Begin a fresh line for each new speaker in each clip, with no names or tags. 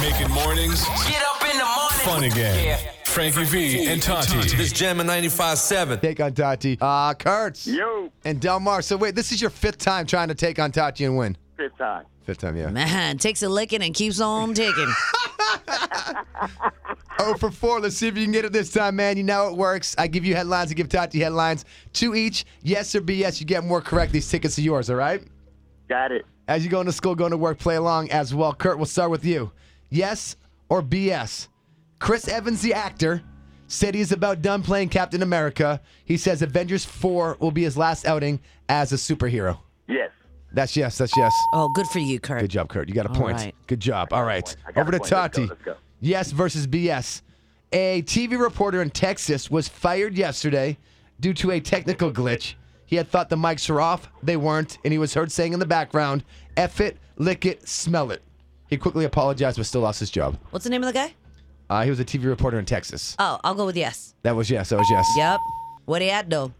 Making mornings. Get up in the morning. Fun again. Frankie V and Tati.
This Jam in 95.7.
Take on Tati. Uh, Kurtz. You. And Delmar. So, wait, this is your fifth time trying to take on Tati and win.
Fifth time.
Fifth time, yeah.
Man, takes a licking and keeps on ticking.
Oh for 4. Let's see if you can get it this time, man. You know it works. I give you headlines. I give Tati headlines. Two each. Yes or BS. You get more correct. These tickets are yours, all right?
Got it.
As you go into school, going to work, play along as well. Kurt, we'll start with you. Yes or BS? Chris Evans, the actor, said he's about done playing Captain America. He says Avengers 4 will be his last outing as a superhero.
Yes.
That's yes. That's yes.
Oh, good for you, Kurt.
Good job, Kurt. You got a
All
point.
right.
Good job. All right.
I got
Over
a
to
point. Let's go,
Tati.
let's go.
Yes versus BS. A TV reporter in Texas was fired yesterday due to a technical glitch. He had thought the mics were off, they weren't, and he was heard saying in the background, F it, lick it, smell it. He quickly apologized but still lost his job.
What's the name of the guy?
Uh, he was a TV reporter in Texas.
Oh, I'll go with yes.
That was yes. That was yes.
Yep. What he at though?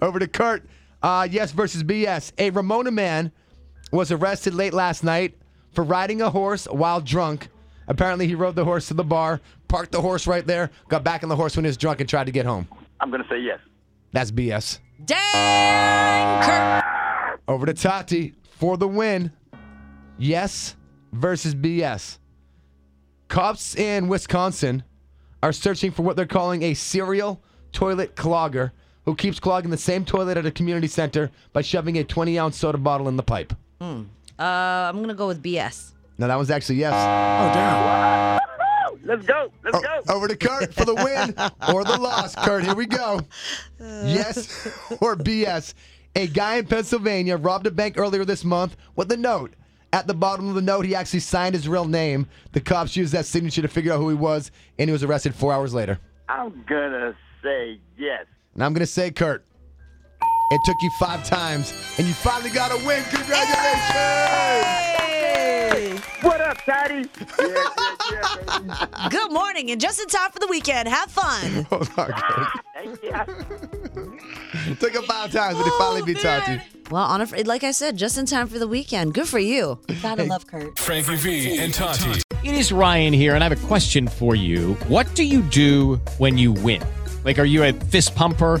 Over to Kurt. Uh, yes versus BS. A Ramona man was arrested late last night for riding a horse while drunk. Apparently, he rode the horse to the bar, parked the horse right there, got back on the horse when he was drunk, and tried to get home.
I'm going to say yes.
That's BS.
Dang, Kurt.
Over to Tati for the win. Yes versus BS. Cops in Wisconsin are searching for what they're calling a serial toilet clogger who keeps clogging the same toilet at a community center by shoving a 20 ounce soda bottle in the pipe.
Uh, I'm gonna go with BS.
No, that was actually yes.
Oh, damn.
Woo! Let's go. Let's go.
Over to Kurt for the win or the loss. Kurt, here we go. Yes or BS. A guy in Pennsylvania robbed a bank earlier this month with a note. At the bottom of the note, he actually signed his real name. The cops used that signature to figure out who he was, and he was arrested four hours later.
I'm going to say yes.
And I'm going to say, Kurt, it took you five times, and you finally got a win. Congratulations!
What up, Tati? yes, yes, yes, baby.
Good morning, and just in time for the weekend. Have fun.
Hold on, Kurt.
Thank you.
It took him five times, but it finally beat Tati.
well, on a, fr- like I said, just in time for the weekend. Good for you.
Gotta love Kurt.
Frankie V and Tati.
It is Ryan here, and I have a question for you. What do you do when you win? Like, are you a fist pumper?